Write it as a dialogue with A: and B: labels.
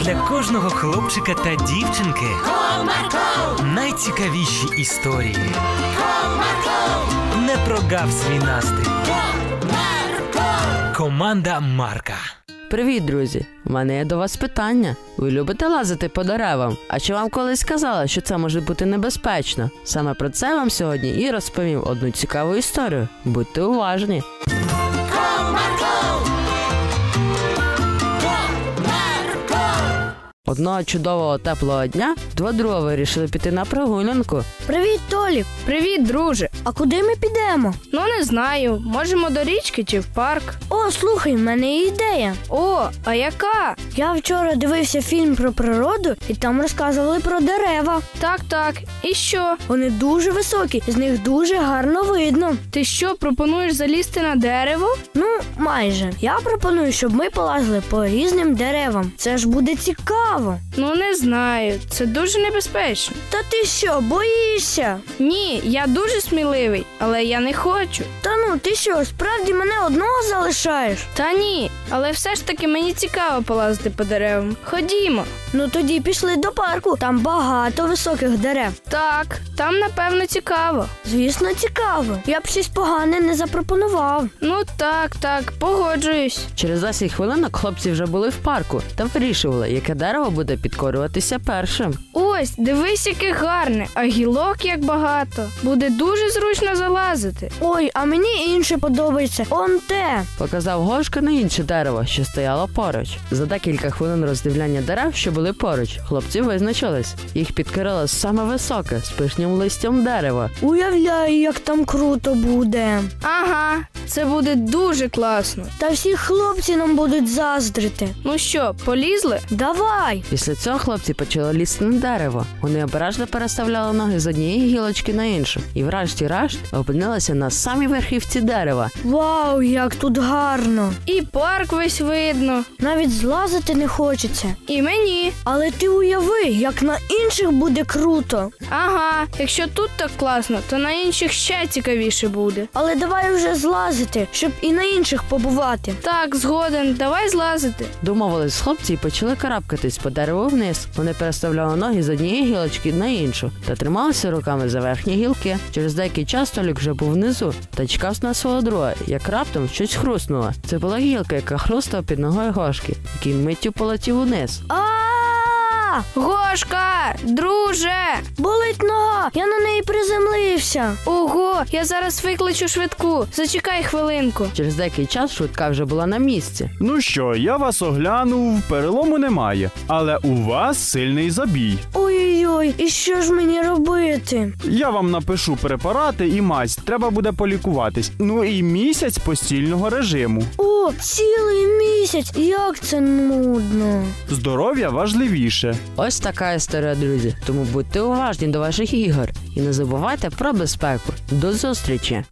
A: для кожного хлопчика та дівчинки найцікавіші історії. Не прогав свій настрій. Команда Марка.
B: Привіт, друзі! У мене є до вас питання. Ви любите лазити по деревам? А чи вам колись казали, що це може бути небезпечно? Саме про це вам сьогодні і розповім одну цікаву історію. Будьте уважні. Одного чудового теплого дня два друга вирішили піти на прогулянку.
C: Привіт, Толік!
D: Привіт, друже.
C: А куди ми підемо?
D: Ну не знаю. Можемо до річки чи в парк.
C: О, слухай, в мене є ідея.
D: О, а яка?
C: Я вчора дивився фільм про природу, і там розказували про дерева.
D: Так, так. І що?
C: Вони дуже високі, з них дуже гарно видно.
D: Ти що пропонуєш залізти на дерево?
C: Ну, майже. Я пропоную, щоб ми полазили по різним деревам. Це ж буде цікаво.
D: Ну не знаю. Це дуже небезпечно.
C: Та ти що, боїшся?
D: Ні, я дуже сміливий, але я не хочу.
C: Та ну, ти що, справді мене одного залишаєш?
D: Та ні, але все ж таки мені цікаво полазити по деревам. Ходімо.
C: Ну тоді пішли до парку, там багато високих дерев.
D: Так, там напевно цікаво.
C: Звісно, цікаво. Я б щось погане не запропонував.
D: Ну так, так, погоджуюсь.
B: Через 10 хвилинок хлопці вже були в парку та вирішували, яке дерево буде підкорюватися першим.
D: Ось, дивись, яке гарне, а гілок як багато. Буде дуже зручно залазити.
C: Ой, а мені інше подобається. Он те.
B: Показав Гошка на інше дерево, що стояло поруч. За декілька хвилин роздивляння дерев, що були поруч, хлопці визначились. Їх підкорило саме високе, з пишнім листям дерева.
C: Уявляю, як там круто буде.
D: Ага, це буде дуже класно.
C: Та всі хлопці нам будуть заздрити.
D: Ну що, полізли?
C: Давай.
B: Після цього хлопці почали лізти на дерево. Вони обережно переставляли ноги з однієї гілочки на іншу, і, врешті-решт, опинилися на самій верхівці дерева.
C: Вау, як тут гарно.
D: І парк весь видно,
C: Навіть злазити не хочеться.
D: і мені.
C: Але ти уяви, як на інших буде круто.
D: Ага, якщо тут так класно, то на інших ще цікавіше буде.
C: Але давай вже злазити, щоб і на інших побувати.
D: Так, згоден, давай злазити.
B: Домовились з хлопці і почали карабкатись по дереву вниз. Вони переставляли ноги з однієї гілочки на іншу та трималися руками за верхні гілки. Через деякий час Толік вже був внизу та чекав на свого друга, як раптом щось хрустнуло. Це була гілка, яка хрустала під ногою гошки, який миттю полетів униз.
C: А,
D: Гошка, друже!
C: болить нога, я на неї приземлився.
D: Ого, я зараз викличу швидку. Зачекай хвилинку.
B: Через деякий час швидка вже була на місці.
E: Ну що, я вас оглянув, перелому немає, але у вас сильний забій.
C: Ой-ой-ой, і що ж мені робити?
E: Я вам напишу препарати і мазь, треба буде полікуватись. Ну і місяць постільного режиму.
C: О, цілий місяць, як це нудно.
E: Здоров'я важливіше.
B: Ось така історія, друзі. Тому будьте уважні до ваших ігор і не забувайте про безпеку. До зустрічі!